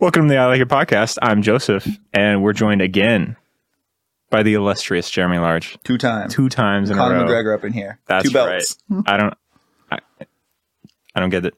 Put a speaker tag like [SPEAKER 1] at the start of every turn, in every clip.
[SPEAKER 1] Welcome to the I Like It podcast. I'm Joseph, and we're joined again by the illustrious Jeremy Large.
[SPEAKER 2] Two times.
[SPEAKER 1] Two times in
[SPEAKER 2] Conor
[SPEAKER 1] a row.
[SPEAKER 2] McGregor up in here.
[SPEAKER 1] That's
[SPEAKER 2] Two belts.
[SPEAKER 1] right. I don't. I, I don't get it.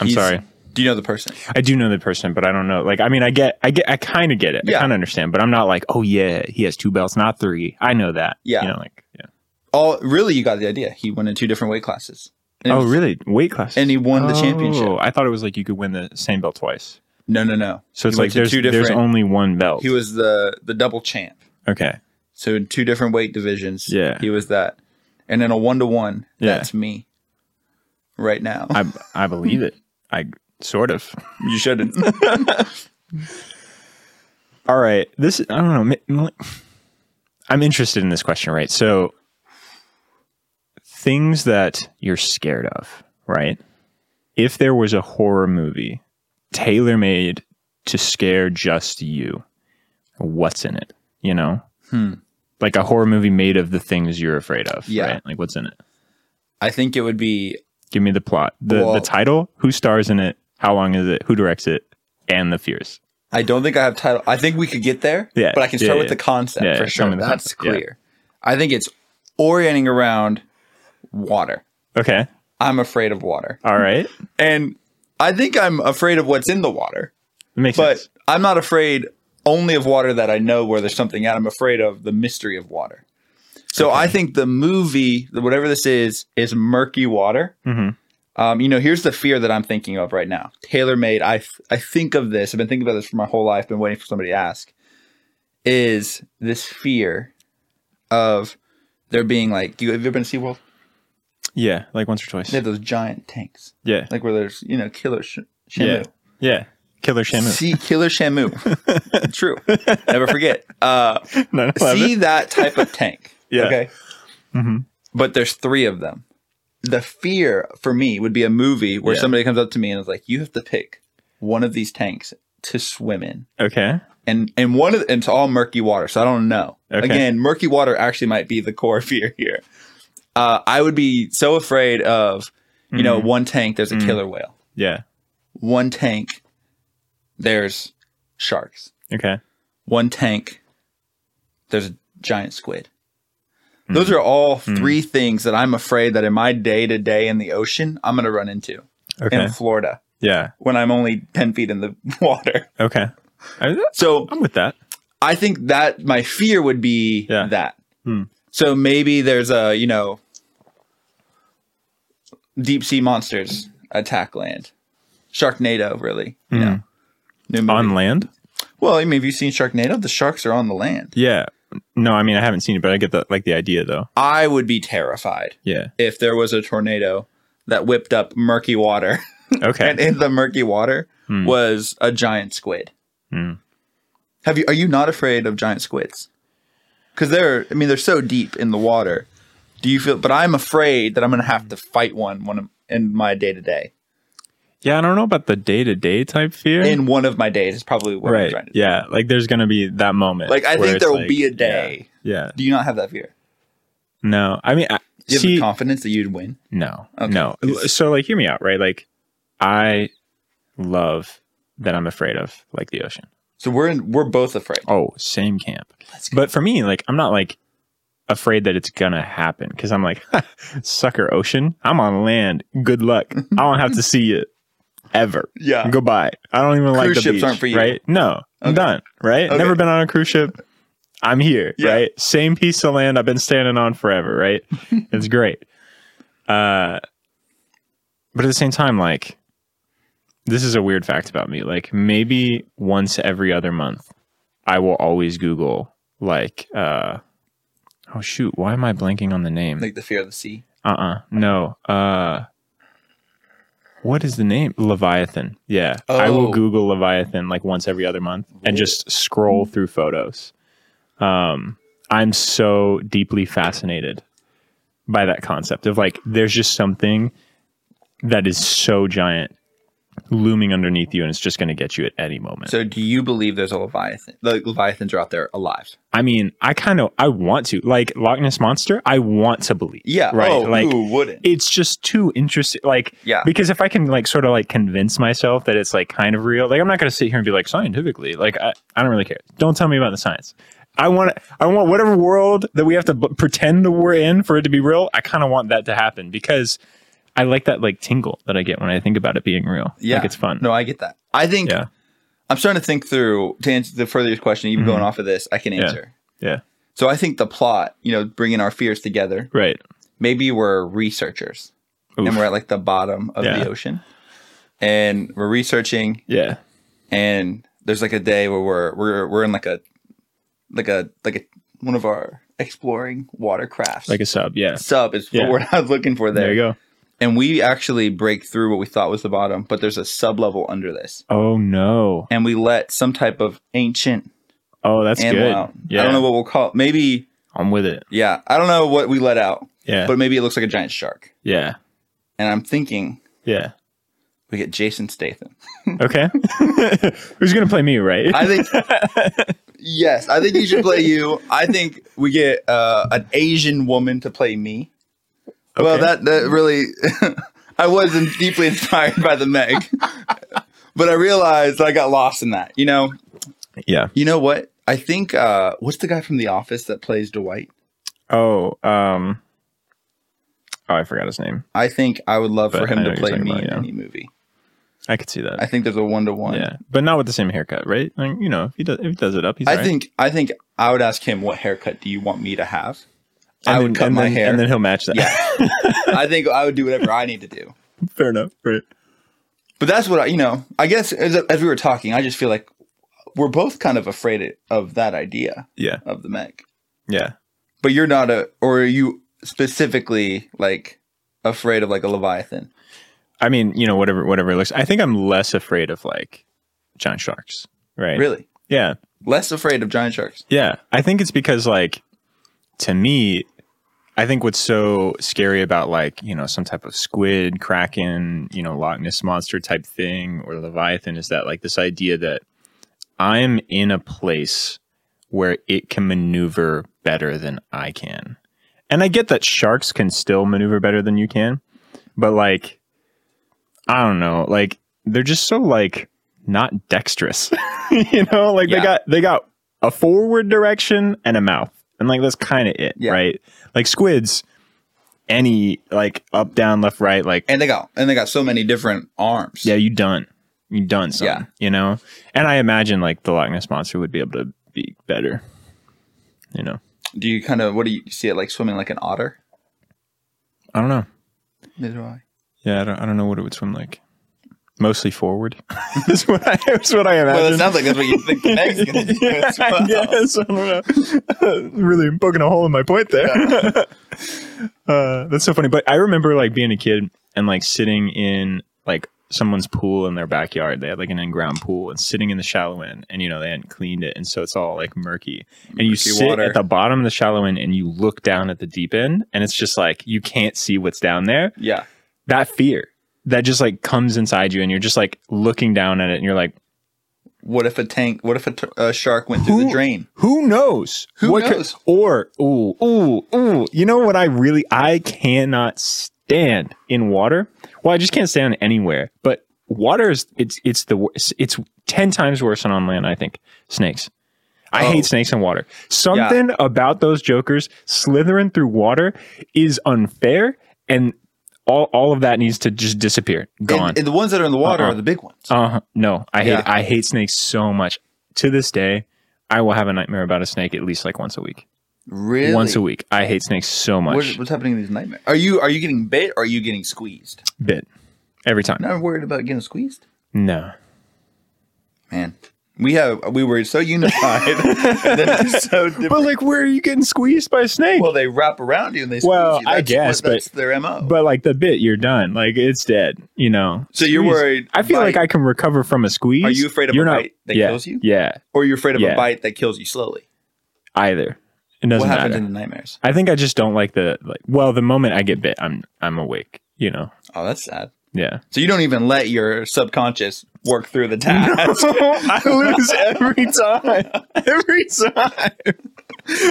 [SPEAKER 1] I'm
[SPEAKER 2] He's-
[SPEAKER 1] sorry.
[SPEAKER 2] Do you know the person?
[SPEAKER 1] I do know the person, but I don't know. Like, I mean, I get, I get, I kind of get it.
[SPEAKER 2] Yeah.
[SPEAKER 1] I kind of understand, but I'm not like, oh yeah, he has two belts, not three. I know that.
[SPEAKER 2] Yeah.
[SPEAKER 1] You know, like, yeah.
[SPEAKER 2] All Oh, really, you got the idea. He won in two different weight classes. And it
[SPEAKER 1] oh
[SPEAKER 2] was-
[SPEAKER 1] really? Weight class. Oh,
[SPEAKER 2] And he won the championship.
[SPEAKER 1] I thought it was like you could win the same belt twice.
[SPEAKER 2] No, no, no.
[SPEAKER 1] So it's
[SPEAKER 2] He went
[SPEAKER 1] like
[SPEAKER 2] to
[SPEAKER 1] there's
[SPEAKER 2] two
[SPEAKER 1] there's
[SPEAKER 2] different-
[SPEAKER 1] only one belt.
[SPEAKER 2] He was the the double champ.
[SPEAKER 1] okay.
[SPEAKER 2] So in two different weight divisions.
[SPEAKER 1] Yeah.
[SPEAKER 2] He was that. And in a one to one,
[SPEAKER 1] Yeah.
[SPEAKER 2] that's me. Right now.
[SPEAKER 1] I I believe it. I sort of.
[SPEAKER 2] you shouldn't.
[SPEAKER 1] All right. This I don't know. mi- mi- I'm interested in this question, right? So things that you're scared of, right? If there was a horror movie tailor-made to scare just you, what's in it, you know?
[SPEAKER 2] Hmm.
[SPEAKER 1] Like a horror movie made of the things you're afraid of,
[SPEAKER 2] Yeah.
[SPEAKER 1] right? Like what's in it?
[SPEAKER 2] I think it would be
[SPEAKER 1] Give me the plot, the
[SPEAKER 2] Well-
[SPEAKER 1] the title, who stars in it, how long is it, who directs it, and the fears.
[SPEAKER 2] I don't think I have title. I think we could get there.
[SPEAKER 1] Yeah,
[SPEAKER 2] But I can
[SPEAKER 1] yeah,
[SPEAKER 2] start
[SPEAKER 1] yeah.
[SPEAKER 2] with the concept
[SPEAKER 1] Yeah,
[SPEAKER 2] for
[SPEAKER 1] yeah,
[SPEAKER 2] sure.
[SPEAKER 1] tell me the
[SPEAKER 2] That's
[SPEAKER 1] concept, yeah.
[SPEAKER 2] clear. I think it's orienting around water.
[SPEAKER 1] Okay.
[SPEAKER 2] I'm afraid of water.
[SPEAKER 1] All right.
[SPEAKER 2] And I think I'm afraid of what's in the water,
[SPEAKER 1] It makes
[SPEAKER 2] but
[SPEAKER 1] sense.
[SPEAKER 2] I'm not afraid only of water that I know where there's something at. I'm afraid of the mystery of water. So I think the movie, whatever this is, is murky water.
[SPEAKER 1] Mm-hmm.
[SPEAKER 2] Um, you know, here's the fear that I'm thinking of right now. Tailor made, I, I think of this, I've been thinking about this for my whole life, been waiting for somebody to ask, is this fear of there being like, you, have you ever been to SeaWorld?
[SPEAKER 1] Yeah, like once or twice.
[SPEAKER 2] They have those giant tanks,
[SPEAKER 1] Yeah,
[SPEAKER 2] like where there's, you know, killer sh- Shamu.
[SPEAKER 1] Yeah. yeah. Killer Shamu.
[SPEAKER 2] See Killer Shamu. True. Never forget. Uh,
[SPEAKER 1] 9/11.
[SPEAKER 2] see that type of tank.
[SPEAKER 1] Yeah.
[SPEAKER 2] Okay.
[SPEAKER 1] Mhm.
[SPEAKER 2] But there's three of them. The fear for me would be a movie where
[SPEAKER 1] Yeah.
[SPEAKER 2] somebody comes up to me and is like, "You have to pick one of these tanks to swim in."
[SPEAKER 1] Okay.
[SPEAKER 2] And and one of the, and it's all murky water, so I don't know.
[SPEAKER 1] Okay.
[SPEAKER 2] Again, murky water actually might be the core fear here. Uh, I would be so afraid of, you know,
[SPEAKER 1] Mhm.
[SPEAKER 2] one tank there's a
[SPEAKER 1] Mhm.
[SPEAKER 2] killer whale.
[SPEAKER 1] Yeah.
[SPEAKER 2] One tank there's sharks
[SPEAKER 1] Okay.
[SPEAKER 2] one tank, there's a giant squid.
[SPEAKER 1] Hmm.
[SPEAKER 2] Those are all three things that I'm afraid that in my day to day in the ocean, I'm going to run into
[SPEAKER 1] Okay.
[SPEAKER 2] in Florida
[SPEAKER 1] yeah.
[SPEAKER 2] when I'm only 10 feet in the water.
[SPEAKER 1] Okay. I,
[SPEAKER 2] So
[SPEAKER 1] I'm with that.
[SPEAKER 2] I think that my fear would be
[SPEAKER 1] Yeah.
[SPEAKER 2] that.
[SPEAKER 1] Hmm.
[SPEAKER 2] So maybe there's a, you know, deep sea monsters attack land. Sharknado, really. You know, new movie.
[SPEAKER 1] Hmm. On land?
[SPEAKER 2] well, I mean, have you seen Sharknado? The sharks are on the land.
[SPEAKER 1] Yeah. No, I mean I haven't seen it, but I get the like the idea though.
[SPEAKER 2] I would be terrified.
[SPEAKER 1] Yeah.
[SPEAKER 2] if there was a tornado that whipped up murky water.
[SPEAKER 1] Okay.
[SPEAKER 2] and in the murky water
[SPEAKER 1] Hmm.
[SPEAKER 2] was a giant squid.
[SPEAKER 1] Hmm.
[SPEAKER 2] Have you are you not afraid of giant squids? Cuz they're I mean they're so deep in the water. Do you feel but I'm afraid that I'm going to have to fight one when I'm in my day to day.
[SPEAKER 1] yeah, I don't know about the day to day type fear.
[SPEAKER 2] In one of my days is probably what I'm
[SPEAKER 1] right.
[SPEAKER 2] trying to
[SPEAKER 1] Yeah. Like there's gonna be that moment.
[SPEAKER 2] Like I
[SPEAKER 1] where
[SPEAKER 2] think
[SPEAKER 1] it's
[SPEAKER 2] there will
[SPEAKER 1] like-
[SPEAKER 2] be a day.
[SPEAKER 1] Yeah. yeah.
[SPEAKER 2] Do you not have that fear?
[SPEAKER 1] No. I mean I,
[SPEAKER 2] Do you have
[SPEAKER 1] see,
[SPEAKER 2] the confidence that you'd win?
[SPEAKER 1] No,
[SPEAKER 2] Okay.
[SPEAKER 1] no. So like, hear me out, right? Like, I love that I'm afraid of, like the ocean.
[SPEAKER 2] So we're in, we're both afraid.
[SPEAKER 1] Oh, same camp. But for me, like, I'm not like afraid that it's gonna happen because I'm like, sucker ocean. I'm on land. Good luck. I don't have to see it ever.
[SPEAKER 2] Yeah.
[SPEAKER 1] Goodbye. I don't even like
[SPEAKER 2] Cruise
[SPEAKER 1] the
[SPEAKER 2] ships
[SPEAKER 1] beach,
[SPEAKER 2] aren't for you.
[SPEAKER 1] Right? No, I'm
[SPEAKER 2] Okay.
[SPEAKER 1] done. Right?
[SPEAKER 2] Okay.
[SPEAKER 1] Never been on a cruise ship. I'm here.
[SPEAKER 2] Yeah.
[SPEAKER 1] Right? Same piece of land I've been standing on forever. Right? it's great. Uh, but at the same time, like, this is a weird fact about me. Like, maybe once every other month, I will always Google like, uh, oh shoot, why am I blanking on the name?
[SPEAKER 2] Like the fear of the sea.
[SPEAKER 1] uh-uh no uh what is the name leviathan yeah i will
[SPEAKER 2] Oh.
[SPEAKER 1] google leviathan like once every other month and just scroll through photos um i'm so deeply fascinated by that concept of like there's just something that is so giant looming underneath you and it's just going to get you at any moment.
[SPEAKER 2] So do you believe there's a leviathan? The leviathans are out there alive.
[SPEAKER 1] I mean, I kind of I want to like Loch Ness monster. I want to believe.
[SPEAKER 2] Yeah.
[SPEAKER 1] Right,
[SPEAKER 2] Oh,
[SPEAKER 1] like-
[SPEAKER 2] who wouldn't?
[SPEAKER 1] It's just too interesting. Like
[SPEAKER 2] Yeah.
[SPEAKER 1] because if I can like sort of like convince myself that it's like kind of real, like I'm not going to sit here and be like scientifically, like I, I don't really care. Don't tell me about the science. I want I want whatever world that we have to b- pretend we're in for it to be real. I kind of want that to happen because I like that like tingle that I get when I think about it being real.
[SPEAKER 2] Yeah.
[SPEAKER 1] like it's fun.
[SPEAKER 2] No, I get that. I think
[SPEAKER 1] Yeah.
[SPEAKER 2] I'm starting to think through to answer the further your question, even
[SPEAKER 1] Mhm.
[SPEAKER 2] going off of this, I can answer.
[SPEAKER 1] Yeah.
[SPEAKER 2] So I think the plot, you know, bringing our fears together,
[SPEAKER 1] Right.
[SPEAKER 2] maybe we're researchers
[SPEAKER 1] Oof.
[SPEAKER 2] and we're at like the bottom of
[SPEAKER 1] Yeah.
[SPEAKER 2] the ocean and we're researching
[SPEAKER 1] Yeah.
[SPEAKER 2] and there's like a day where we're we're we're in like a like a like a one of our exploring watercrafts.
[SPEAKER 1] Like a sub. Yeah.
[SPEAKER 2] sub is
[SPEAKER 1] Yeah.
[SPEAKER 2] what we're not looking for
[SPEAKER 1] There
[SPEAKER 2] there.
[SPEAKER 1] you go.
[SPEAKER 2] And we actually break through what we thought was the bottom, but there's a sub level under this.
[SPEAKER 1] Oh no.
[SPEAKER 2] And we let some type of ancient
[SPEAKER 1] Oh, that's
[SPEAKER 2] animal
[SPEAKER 1] good.
[SPEAKER 2] out.
[SPEAKER 1] Yeah.
[SPEAKER 2] I don't know what we'll call it. Maybe
[SPEAKER 1] I'm with it.
[SPEAKER 2] yeah, I don't know what we let out,
[SPEAKER 1] Yeah.
[SPEAKER 2] but maybe it looks like a giant shark.
[SPEAKER 1] yeah.
[SPEAKER 2] And I'm thinking
[SPEAKER 1] Yeah.
[SPEAKER 2] we get Jason Statham.
[SPEAKER 1] Okay. Who's gonna play me, right?
[SPEAKER 2] I think yes, I think he should play you. I think we get uh, an Asian woman to play me. Well,
[SPEAKER 1] Okay.
[SPEAKER 2] that that really, I was in- deeply inspired by the Meg, but I realized I got lost in that. You know,
[SPEAKER 1] yeah.
[SPEAKER 2] you know what? I think uh, what's the guy from The Office that plays Dwight?
[SPEAKER 1] Oh, um Oh, I forgot his name.
[SPEAKER 2] I think I would love for
[SPEAKER 1] But I
[SPEAKER 2] him
[SPEAKER 1] know
[SPEAKER 2] to
[SPEAKER 1] who
[SPEAKER 2] play
[SPEAKER 1] you're
[SPEAKER 2] me
[SPEAKER 1] talking
[SPEAKER 2] in
[SPEAKER 1] about, yeah.
[SPEAKER 2] any movie.
[SPEAKER 1] I could see that.
[SPEAKER 2] I think there's a one to one.
[SPEAKER 1] yeah. But not with the same haircut, right? Like, you know, if he does if he does it up, he's
[SPEAKER 2] I
[SPEAKER 1] all right.
[SPEAKER 2] think I think I would ask him what haircut do you want me to have. I
[SPEAKER 1] And
[SPEAKER 2] would
[SPEAKER 1] then-
[SPEAKER 2] cut
[SPEAKER 1] and
[SPEAKER 2] my
[SPEAKER 1] then-
[SPEAKER 2] hair.
[SPEAKER 1] And then he'll match that.
[SPEAKER 2] Yeah. I think I would do whatever I need to do.
[SPEAKER 1] Fair enough. Right.
[SPEAKER 2] But that's what I, you know, I guess as, as we were talking, I just feel like we're both kind of afraid of that idea
[SPEAKER 1] Yeah.
[SPEAKER 2] of the mech.
[SPEAKER 1] Yeah.
[SPEAKER 2] But you're not a, or are you specifically like afraid of like a Leviathan?
[SPEAKER 1] I mean, you know, whatever whatever it looks I think I'm less afraid of like giant sharks. Right.
[SPEAKER 2] Really?
[SPEAKER 1] Yeah.
[SPEAKER 2] Less afraid of giant sharks.
[SPEAKER 1] Yeah, I think it's because like to me, I think what's so scary about like you know some type of squid, kraken, you know Loch Ness monster type thing or leviathan is that like this idea that I'm in a place where it can maneuver better than I can. And I get that sharks can still maneuver better than you can, but like I don't know, like they're just so like not dexterous. you know, like
[SPEAKER 2] Yeah.
[SPEAKER 1] they got they got a forward direction and a mouth. And like that's kind of it,
[SPEAKER 2] Yeah.
[SPEAKER 1] right? Like squids any like up down left right like
[SPEAKER 2] And they got, and they got so many different arms.
[SPEAKER 1] yeah, you done. You done son.
[SPEAKER 2] Yeah.
[SPEAKER 1] You know? And I imagine like the Loch Ness monster would be able to be better. You know.
[SPEAKER 2] Do you kind of, what do you see it like swimming like an otter?
[SPEAKER 1] I don't know.
[SPEAKER 2] Neither do I.
[SPEAKER 1] Yeah, I don't, I don't know what it would swim like. Mostly forward. that's what I that's what I
[SPEAKER 2] Well, it
[SPEAKER 1] imagine.
[SPEAKER 2] sounds like that's what you think the meg's going to do.
[SPEAKER 1] yeah,
[SPEAKER 2] as well.
[SPEAKER 1] I guess. I don't know. really poking a hole in my point there. uh, that's so funny. But I remember like being a kid and like sitting in like someone's pool in their backyard. They had like an in-ground pool and sitting in the shallow end, and you know they hadn't cleaned it, and so it's all like murky. And you
[SPEAKER 2] Murky
[SPEAKER 1] sit
[SPEAKER 2] water.
[SPEAKER 1] at the bottom of the shallow end and you look down at the deep end, and it's just like you can't see what's down there
[SPEAKER 2] Yeah.
[SPEAKER 1] that fear that just like comes inside you and you're just like looking down at it and you're like
[SPEAKER 2] What if a tank, what if a, t- a shark went through
[SPEAKER 1] Who-
[SPEAKER 2] the drain?
[SPEAKER 1] who knows
[SPEAKER 2] Who
[SPEAKER 1] could-
[SPEAKER 2] knows?
[SPEAKER 1] or ooh ooh ooh you know what i really i cannot stand in water well i just can't stand anywhere but water is it's it's the wor- it's 10 times worse than on land i think snakes I
[SPEAKER 2] Oh.
[SPEAKER 1] hate snakes and water. Something about those jokers slithering through water is unfair, and all, all of that needs to just disappear.
[SPEAKER 2] And-
[SPEAKER 1] Gone.
[SPEAKER 2] And, the ones that are in the water
[SPEAKER 1] Uh-uh.
[SPEAKER 2] are the big ones.
[SPEAKER 1] Uh no, I hate
[SPEAKER 2] Yeah.
[SPEAKER 1] I hate snakes so much. To this day, I will have a nightmare about a snake at least like once a week.
[SPEAKER 2] Really?
[SPEAKER 1] Once a week, I hate snakes so much.
[SPEAKER 2] What, what's happening in these nightmares? Are you are you getting bit or are you getting squeezed?
[SPEAKER 1] Bit every time.
[SPEAKER 2] Not worried about getting squeezed,
[SPEAKER 1] No,
[SPEAKER 2] man. We have we were so unified, and then it's so different.
[SPEAKER 1] but like, where are you getting squeezed by a snake?
[SPEAKER 2] Well, they wrap around you and they. Squeeze
[SPEAKER 1] Well,
[SPEAKER 2] you.
[SPEAKER 1] I
[SPEAKER 2] That's
[SPEAKER 1] guess,
[SPEAKER 2] what-
[SPEAKER 1] but-
[SPEAKER 2] that's their mo.
[SPEAKER 1] but like the bit, you're done. Like it's dead. You know.
[SPEAKER 2] so you're
[SPEAKER 1] Squeeze.
[SPEAKER 2] worried.
[SPEAKER 1] I feel like I can recover from a squeeze.
[SPEAKER 2] Are you afraid of
[SPEAKER 1] You're
[SPEAKER 2] a
[SPEAKER 1] not-
[SPEAKER 2] bite that
[SPEAKER 1] yeah,
[SPEAKER 2] kills you,
[SPEAKER 1] Yeah,
[SPEAKER 2] or you're afraid of a
[SPEAKER 1] Yeah.
[SPEAKER 2] bite that kills you slowly?
[SPEAKER 1] either. It
[SPEAKER 2] What
[SPEAKER 1] doesn't
[SPEAKER 2] happens
[SPEAKER 1] matter.
[SPEAKER 2] in the nightmares?
[SPEAKER 1] I think I just don't like the like. Well, the moment I get bit, I'm I'm awake. You know.
[SPEAKER 2] Oh, that's sad.
[SPEAKER 1] Yeah.
[SPEAKER 2] So you don't even let your subconscious work through the task.
[SPEAKER 1] I lose every time. Every time.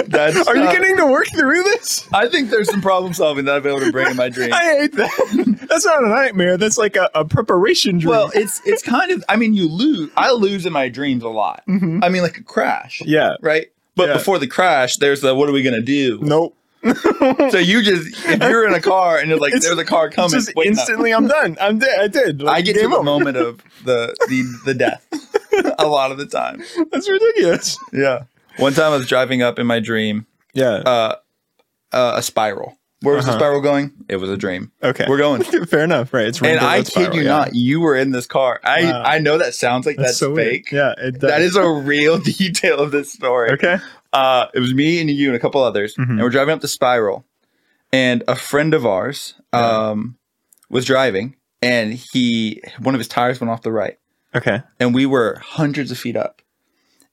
[SPEAKER 2] That's
[SPEAKER 1] Are you
[SPEAKER 2] not-
[SPEAKER 1] getting to work through this?
[SPEAKER 2] I think there's some problem solving that I've been able to bring in my dream.
[SPEAKER 1] I hate that. That's not a nightmare. That's like a, a preparation dream.
[SPEAKER 2] Well, it's it's kind of I mean you lose I lose in my dreams a lot.
[SPEAKER 1] Mhm.
[SPEAKER 2] I mean like a crash.
[SPEAKER 1] yeah.
[SPEAKER 2] Right? But
[SPEAKER 1] Yeah.
[SPEAKER 2] before the crash, there's the what are we gonna do?
[SPEAKER 1] Nope.
[SPEAKER 2] So you just if you're in a car and you're like
[SPEAKER 1] It's-
[SPEAKER 2] there's a car coming.
[SPEAKER 1] Just
[SPEAKER 2] wait, no.
[SPEAKER 1] instantly, I'm done. I'm dead. I did.
[SPEAKER 2] I
[SPEAKER 1] Like,
[SPEAKER 2] get to
[SPEAKER 1] game
[SPEAKER 2] the
[SPEAKER 1] over.
[SPEAKER 2] moment of the the the death a lot of the time.
[SPEAKER 1] That's ridiculous.
[SPEAKER 2] Yeah. One time I was driving up in my dream
[SPEAKER 1] Yeah.
[SPEAKER 2] uh, uh, a spiral. Where was
[SPEAKER 1] Uh-huh.
[SPEAKER 2] the spiral going? It was a dream.
[SPEAKER 1] okay.
[SPEAKER 2] We're going.
[SPEAKER 1] Fair enough. Right. It's
[SPEAKER 2] and
[SPEAKER 1] Rainbow
[SPEAKER 2] I
[SPEAKER 1] Road
[SPEAKER 2] kid
[SPEAKER 1] Spiral,
[SPEAKER 2] you
[SPEAKER 1] yeah.
[SPEAKER 2] not, you were in this car. I
[SPEAKER 1] Wow.
[SPEAKER 2] I know that sounds like that's,
[SPEAKER 1] so weird.
[SPEAKER 2] fake.
[SPEAKER 1] Yeah. It does.
[SPEAKER 2] That is a real detail of this story.
[SPEAKER 1] Okay.
[SPEAKER 2] Uh, it was me and you and a couple others,
[SPEAKER 1] Mhm.
[SPEAKER 2] and we're driving up the spiral. And a friend of ours um, was driving, and he one of his tires went off the right,
[SPEAKER 1] Okay.
[SPEAKER 2] and we were hundreds of feet up.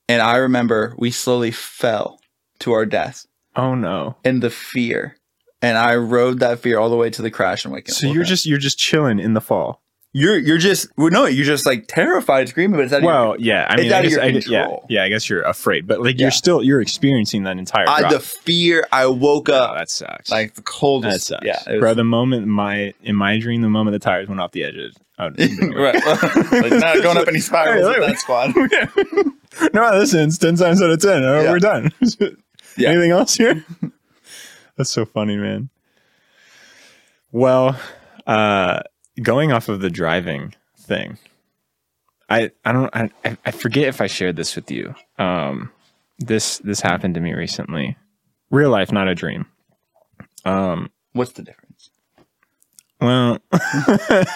[SPEAKER 2] And I remember we slowly fell to our death
[SPEAKER 1] Oh no.
[SPEAKER 2] in the fear, and I rode that fear all the way to the crash and waking.
[SPEAKER 1] So you're just you're just chilling in the fall.
[SPEAKER 2] you're you're just well, no, you're just like terrified, screaming, but it's out of your
[SPEAKER 1] Well, yeah. I
[SPEAKER 2] It's
[SPEAKER 1] mean,
[SPEAKER 2] out
[SPEAKER 1] I
[SPEAKER 2] of
[SPEAKER 1] guess,
[SPEAKER 2] your
[SPEAKER 1] I guess- yeah,
[SPEAKER 2] control.
[SPEAKER 1] yeah. I guess you're afraid, but like
[SPEAKER 2] Yeah.
[SPEAKER 1] you're still you're experiencing that entire.
[SPEAKER 2] I,
[SPEAKER 1] drop.
[SPEAKER 2] the fear I woke
[SPEAKER 1] Oh,
[SPEAKER 2] up
[SPEAKER 1] that sucks.
[SPEAKER 2] like the coldest.
[SPEAKER 1] that sucks.
[SPEAKER 2] Yeah, it was-
[SPEAKER 1] bro. The moment my in my dream, the moment the tires went off the edges. I would-
[SPEAKER 2] right, like not going up any spirals with that squad.
[SPEAKER 1] no, this ends ten times out of ten. All right,
[SPEAKER 2] Yeah.
[SPEAKER 1] We're done.
[SPEAKER 2] Yeah.
[SPEAKER 1] Anything else here? That's so funny, man. Well, uh, going off of the driving thing, I I don't I I- I forget if I shared this with you. Um, this this happened to me recently, real life, not a dream. Um,
[SPEAKER 2] What's the difference?
[SPEAKER 1] well,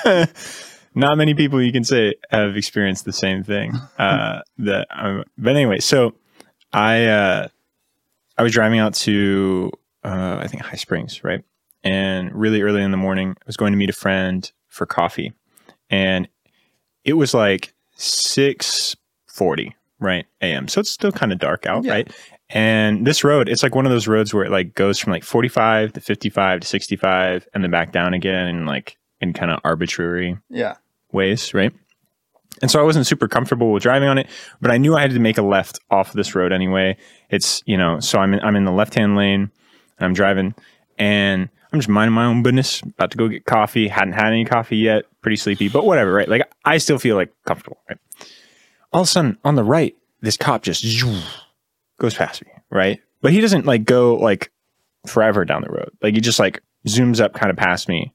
[SPEAKER 1] not many people you can say have experienced the same thing. Uh, that, um, but anyway, so I uh, I was driving out to uh, I think High Springs, right? And really early in the morning, I was going to meet a friend for coffee, and it was like six forty, right, a.m. So it's still kind of dark out,
[SPEAKER 2] Yeah.
[SPEAKER 1] right? And this road, it's like one of those roads where it like goes from like 45 to 55 to 65 and then back down again and like in kind of arbitrary
[SPEAKER 2] Yeah,
[SPEAKER 1] ways, right? And so I wasn't super comfortable with driving on it, but I knew I had to make a left off this road anyway. It's, you know, so I'm in, I'm in the left-hand lane and I'm driving and I'm just minding my own business, about to go get coffee, hadn't had any coffee yet, pretty sleepy, but whatever, right? Like I still feel like comfortable, right? All of a sudden on the right, this cop just zoom, goes past me, right? But he doesn't like go like forever down the road. Like he just like zooms up kind of past me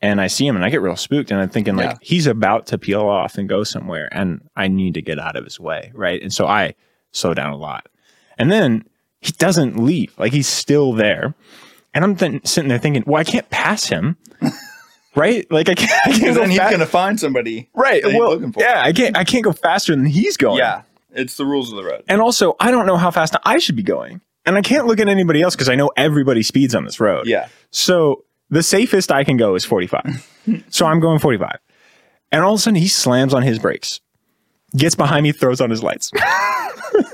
[SPEAKER 1] and I see him and I get real spooked and I'm thinking like
[SPEAKER 2] Yeah.
[SPEAKER 1] he's about to peel off and go somewhere and I need to get out of his way, right? And so I slow down a lot. And then he doesn't leave. Like he's still there. And I'm th- sitting there thinking, well, I can't pass him. right? Like I can't, I can't
[SPEAKER 2] because
[SPEAKER 1] go
[SPEAKER 2] then he's
[SPEAKER 1] fa-
[SPEAKER 2] gonna find somebody.
[SPEAKER 1] Right.
[SPEAKER 2] that he's
[SPEAKER 1] Well,
[SPEAKER 2] looking for. Oh,
[SPEAKER 1] yeah, I can't I can't go faster than he's going.
[SPEAKER 2] Yeah, it's the rules of the road.
[SPEAKER 1] And also, I don't know how fast I should be going. And I can't look at anybody else because I know everybody speeds on this road.
[SPEAKER 2] Yeah,
[SPEAKER 1] So the safest I can go is 45. so I'm going 45. And all of a sudden he slams on his brakes, gets behind me, throws on his lights.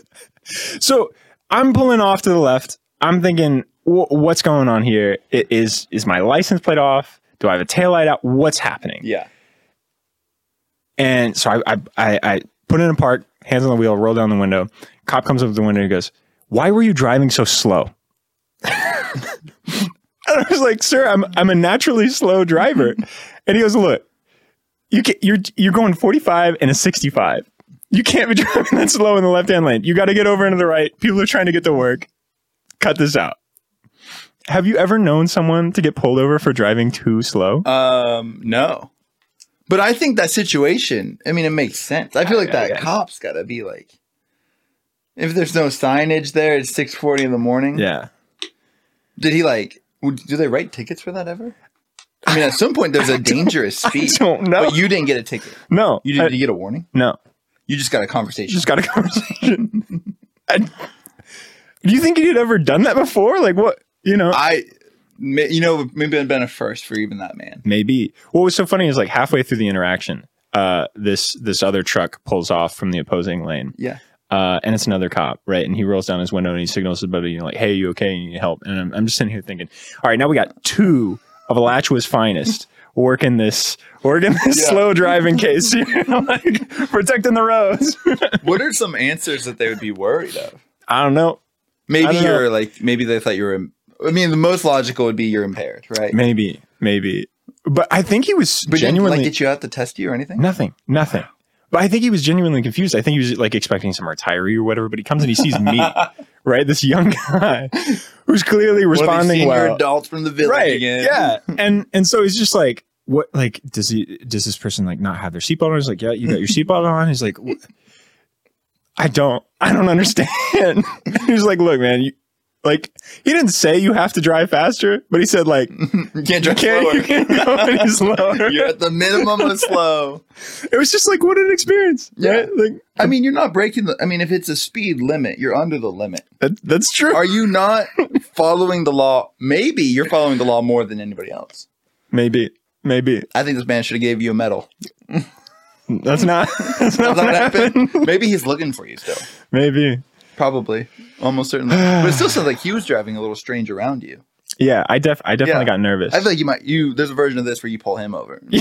[SPEAKER 1] so I'm pulling off to the left. I'm thinking, "Wh- what's going on here? I- Is is my license plate off? Do I have a taillight out? What's happening?
[SPEAKER 2] yeah,
[SPEAKER 1] And so I, I, I, I put it in park, hands on the wheel, roll down the window. Cop comes up to the window and goes, Why were you driving so slow? and I was like, Sir, I'm, I'm a naturally slow driver. And he goes, Look, you can, you're, you're going 45 and a 65. You can't be driving that slow in the left hand lane. You got to get over into the right. People are trying to get to work. Cut this out. Have you ever known someone to get pulled over for driving too slow?
[SPEAKER 2] um, no, but I think that situation. I mean, it makes sense. I feel like
[SPEAKER 1] Yeah,
[SPEAKER 2] that
[SPEAKER 1] yeah.
[SPEAKER 2] cop's gotta be like, if there's no signage there, it's six forty in the morning.
[SPEAKER 1] yeah.
[SPEAKER 2] Did he like? would- Do they write tickets for that ever? I mean, at some point there's a dangerous
[SPEAKER 1] I
[SPEAKER 2] speed,
[SPEAKER 1] don't know.
[SPEAKER 2] but you didn't get a ticket.
[SPEAKER 1] no.
[SPEAKER 2] You didn't
[SPEAKER 1] I-
[SPEAKER 2] did you get a warning.
[SPEAKER 1] no.
[SPEAKER 2] You just got a conversation.
[SPEAKER 1] just got a conversation. and do you think you'd ever done that before? Like what you know?
[SPEAKER 2] I, ma- you know, maybe I'd been a first for even that man.
[SPEAKER 1] Maybe. What was so funny is like halfway through the interaction, uh, this this other truck pulls off from the opposing lane.
[SPEAKER 2] Yeah.
[SPEAKER 1] Uh, and it's another cop, right? And he rolls down his window and he signals to buddy, you know, like, "Hey, you okay? You need help?" And I'm, I'm just sitting here thinking, "All right, now we got two of Alachua's finest working this working this
[SPEAKER 2] Yeah.
[SPEAKER 1] slow driving case here, like protecting the roads.
[SPEAKER 2] what are some answers that they would be worried of?
[SPEAKER 1] I don't know. I
[SPEAKER 2] Maybe
[SPEAKER 1] don't know.
[SPEAKER 2] you're like maybe they thought you were. im- I mean, the most logical would be you're impaired, right?
[SPEAKER 1] Maybe, maybe. But I think he was
[SPEAKER 2] But genuinely,
[SPEAKER 1] genuinely
[SPEAKER 2] like, get you out to test you or anything?
[SPEAKER 1] nothing, nothing. But I think he was genuinely confused. I think he was like expecting some retiree or whatever. But he comes and he sees me, right? This young guy who's clearly
[SPEAKER 2] What have you
[SPEAKER 1] responding
[SPEAKER 2] seen your
[SPEAKER 1] well.
[SPEAKER 2] adults from the village
[SPEAKER 1] right
[SPEAKER 2] again?
[SPEAKER 1] yeah and and so it's just like what like does he does this person like not have their seatbelt on he's like yeah you got your seatbelt on he's like "Wh- i don't i don't understand he's like look man you like he didn't say you have to drive faster but he said like
[SPEAKER 2] you can't
[SPEAKER 1] you
[SPEAKER 2] drive
[SPEAKER 1] can't, you
[SPEAKER 2] slower.
[SPEAKER 1] can't go any slower
[SPEAKER 2] You're at the minimum of slow.
[SPEAKER 1] it was just like what an experience
[SPEAKER 2] Yeah.
[SPEAKER 1] right like
[SPEAKER 2] I mean, you're not breaking the. I mean, if it's a speed limit, you're under the limit.
[SPEAKER 1] that, that's true
[SPEAKER 2] Are you not following the law? Maybe you're following the law more than anybody else.
[SPEAKER 1] maybe maybe
[SPEAKER 2] I think this man should have gave you a medal.
[SPEAKER 1] that's not that's not
[SPEAKER 2] That's not
[SPEAKER 1] what
[SPEAKER 2] what happened.
[SPEAKER 1] happened
[SPEAKER 2] Maybe he's looking for you still.
[SPEAKER 1] maybe
[SPEAKER 2] Probably, almost certainly. But it still sounds like he was driving a little strange around you.
[SPEAKER 1] yeah i def i definitely
[SPEAKER 2] Yeah.
[SPEAKER 1] got nervous
[SPEAKER 2] I feel like you might. You there's a version of this where you pull him over.
[SPEAKER 1] yeah,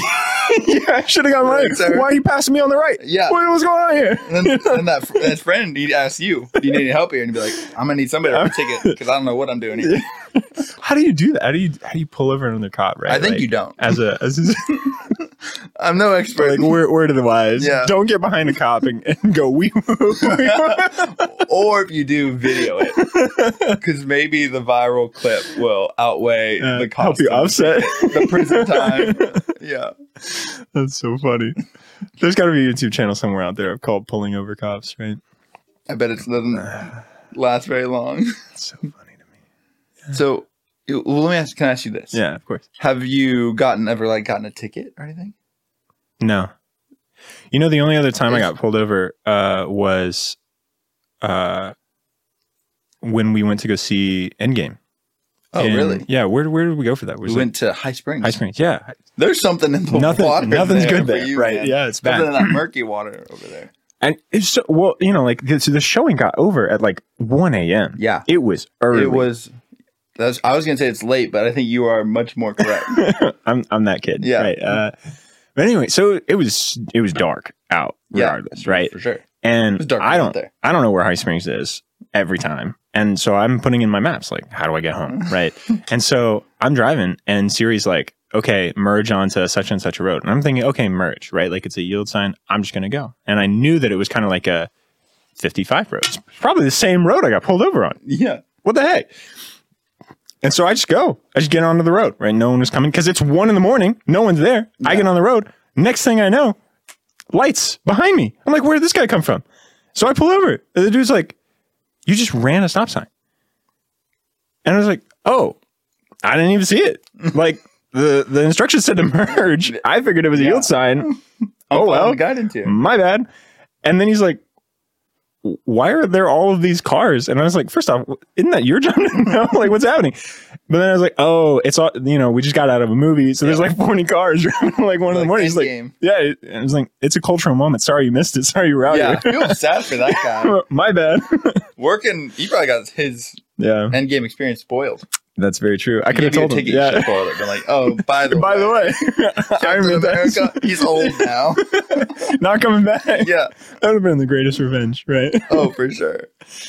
[SPEAKER 1] I should have gone
[SPEAKER 2] Right,
[SPEAKER 1] right.
[SPEAKER 2] sir.
[SPEAKER 1] Why are you passing me on the right?
[SPEAKER 2] Yeah.
[SPEAKER 1] What, what's going on here?
[SPEAKER 2] And then, then that, fr- that friend, he'd ask you, "Do you need any help here?" And you'd be like, "I'm gonna need somebody to take it because I don't know what I'm doing here."
[SPEAKER 1] How do you do that? How do you how do you pull over another cop? Right?
[SPEAKER 2] I think
[SPEAKER 1] Like,
[SPEAKER 2] you don't.
[SPEAKER 1] As a as a,
[SPEAKER 2] I'm no expert.
[SPEAKER 1] like word, word of the wise.
[SPEAKER 2] Yeah.
[SPEAKER 1] Don't get behind a cop and, and go we move. we move."
[SPEAKER 2] or if you do, video it because maybe the viral clip will outweigh
[SPEAKER 1] Uh,
[SPEAKER 2] the
[SPEAKER 1] help
[SPEAKER 2] cost.
[SPEAKER 1] you
[SPEAKER 2] of
[SPEAKER 1] offset.
[SPEAKER 2] the prison time. yeah,
[SPEAKER 1] That's so funny. There's got to be a YouTube channel somewhere out there called "Pulling Over Cops," right?
[SPEAKER 2] I bet it doesn't last very long.
[SPEAKER 1] It's so funny to me.
[SPEAKER 2] So, you- well, let me ask. Can I ask you this?
[SPEAKER 1] Yeah, of course.
[SPEAKER 2] Have you gotten ever like gotten a ticket or anything?
[SPEAKER 1] No. You know, the only other time I got pulled over uh, was uh, when we went to go see Endgame.
[SPEAKER 2] Oh,
[SPEAKER 1] And-
[SPEAKER 2] really?
[SPEAKER 1] Yeah. Where where did we go for that?
[SPEAKER 2] We
[SPEAKER 1] it
[SPEAKER 2] went to High Springs.
[SPEAKER 1] High Springs. Yeah.
[SPEAKER 2] There's something in the
[SPEAKER 1] Nothing.
[SPEAKER 2] water.
[SPEAKER 1] nothing's
[SPEAKER 2] there
[SPEAKER 1] good
[SPEAKER 2] for
[SPEAKER 1] there.
[SPEAKER 2] you,
[SPEAKER 1] right.
[SPEAKER 2] man.
[SPEAKER 1] Yeah. It's
[SPEAKER 2] Other than
[SPEAKER 1] bad.
[SPEAKER 2] that murky water over there.
[SPEAKER 1] And it's so, well, you know, like the, so the showing got over at like one a.m.
[SPEAKER 2] Yeah.
[SPEAKER 1] It was early.
[SPEAKER 2] It was. That's, I was gonna say it's late, but I think you are much more correct.
[SPEAKER 1] I'm I'm that kid.
[SPEAKER 2] Yeah.
[SPEAKER 1] Right. Uh, but anyway, so it was it was dark out
[SPEAKER 2] Yeah.
[SPEAKER 1] regardless, right?
[SPEAKER 2] for sure. It was
[SPEAKER 1] And
[SPEAKER 2] dark
[SPEAKER 1] I
[SPEAKER 2] out
[SPEAKER 1] don't
[SPEAKER 2] there.
[SPEAKER 1] I don't know where High Springs is every time. And so I'm putting in my maps, like, how do I get home? Right. and so I'm driving and Siri's like, okay, merge onto such and such a road. And I'm thinking, okay, merge, right? Like it's a yield sign. I'm just going to go. And I knew that it was kind of like a 55 road. It's probably the same road I got pulled over on.
[SPEAKER 2] Yeah.
[SPEAKER 1] What the heck? And so I just go. I just get onto the road, right? No one was coming because it's one in the morning. No one's there. I
[SPEAKER 2] Yeah.
[SPEAKER 1] get on the road. Next thing I know, lights behind me. I'm like, where did this guy come from? So I pull over. And the dude's like, you just ran a stop sign. And I was like, oh, I didn't even see it. like the, the instructions said to merge. I figured it was a
[SPEAKER 2] Yeah.
[SPEAKER 1] yield sign.
[SPEAKER 2] I'm
[SPEAKER 1] Oh,
[SPEAKER 2] following
[SPEAKER 1] well.
[SPEAKER 2] the guide into. it.
[SPEAKER 1] My bad. And then he's like, why are there all of these cars? And I was like, first off, isn't that your job to know? like, what's happening? But then I was like, oh, it's all, you know, we just got out of a movie. So there's like 40 cars driving like one in the
[SPEAKER 2] Like,
[SPEAKER 1] morning. He's like,
[SPEAKER 2] Endgame.
[SPEAKER 1] yeah. it- and It's like, it's a cultural moment. Sorry you missed it. Sorry you were out
[SPEAKER 2] yeah, I feel sad for that guy.
[SPEAKER 1] here. My bad.
[SPEAKER 2] Working, he probably got his
[SPEAKER 1] yeah.
[SPEAKER 2] end game experience spoiled.
[SPEAKER 1] That's very true. I
[SPEAKER 2] He
[SPEAKER 1] could have
[SPEAKER 2] gave you a
[SPEAKER 1] told him.
[SPEAKER 2] ticket, you should
[SPEAKER 1] Yeah.
[SPEAKER 2] have followed it. Been like, oh, by the
[SPEAKER 1] By
[SPEAKER 2] way,
[SPEAKER 1] the way, I
[SPEAKER 2] Captain
[SPEAKER 1] remember that.
[SPEAKER 2] America, he's old now.
[SPEAKER 1] Not coming back.
[SPEAKER 2] yeah.
[SPEAKER 1] That would have been the greatest revenge, right?
[SPEAKER 2] Oh, for sure.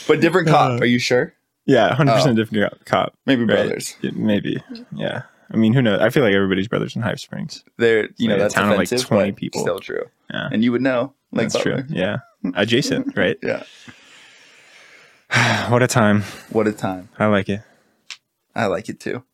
[SPEAKER 2] But different cop.
[SPEAKER 1] Uh,
[SPEAKER 2] Are you sure?
[SPEAKER 1] Yeah. 100%
[SPEAKER 2] Oh.
[SPEAKER 1] different cop.
[SPEAKER 2] Maybe
[SPEAKER 1] Right.
[SPEAKER 2] brothers.
[SPEAKER 1] Yeah, maybe. Yeah. I mean, who knows? I feel like everybody's brothers in High Springs.
[SPEAKER 2] They're you know
[SPEAKER 1] Like a
[SPEAKER 2] that's
[SPEAKER 1] town of, like,
[SPEAKER 2] offensive,
[SPEAKER 1] 20
[SPEAKER 2] but
[SPEAKER 1] people.
[SPEAKER 2] Still true.
[SPEAKER 1] Yeah.
[SPEAKER 2] And you would know. Like
[SPEAKER 1] That's true.
[SPEAKER 2] Butler.
[SPEAKER 1] Yeah. Adjacent, right?
[SPEAKER 2] Yeah.
[SPEAKER 1] what a time.
[SPEAKER 2] What a time.
[SPEAKER 1] I like it.
[SPEAKER 2] I like it too.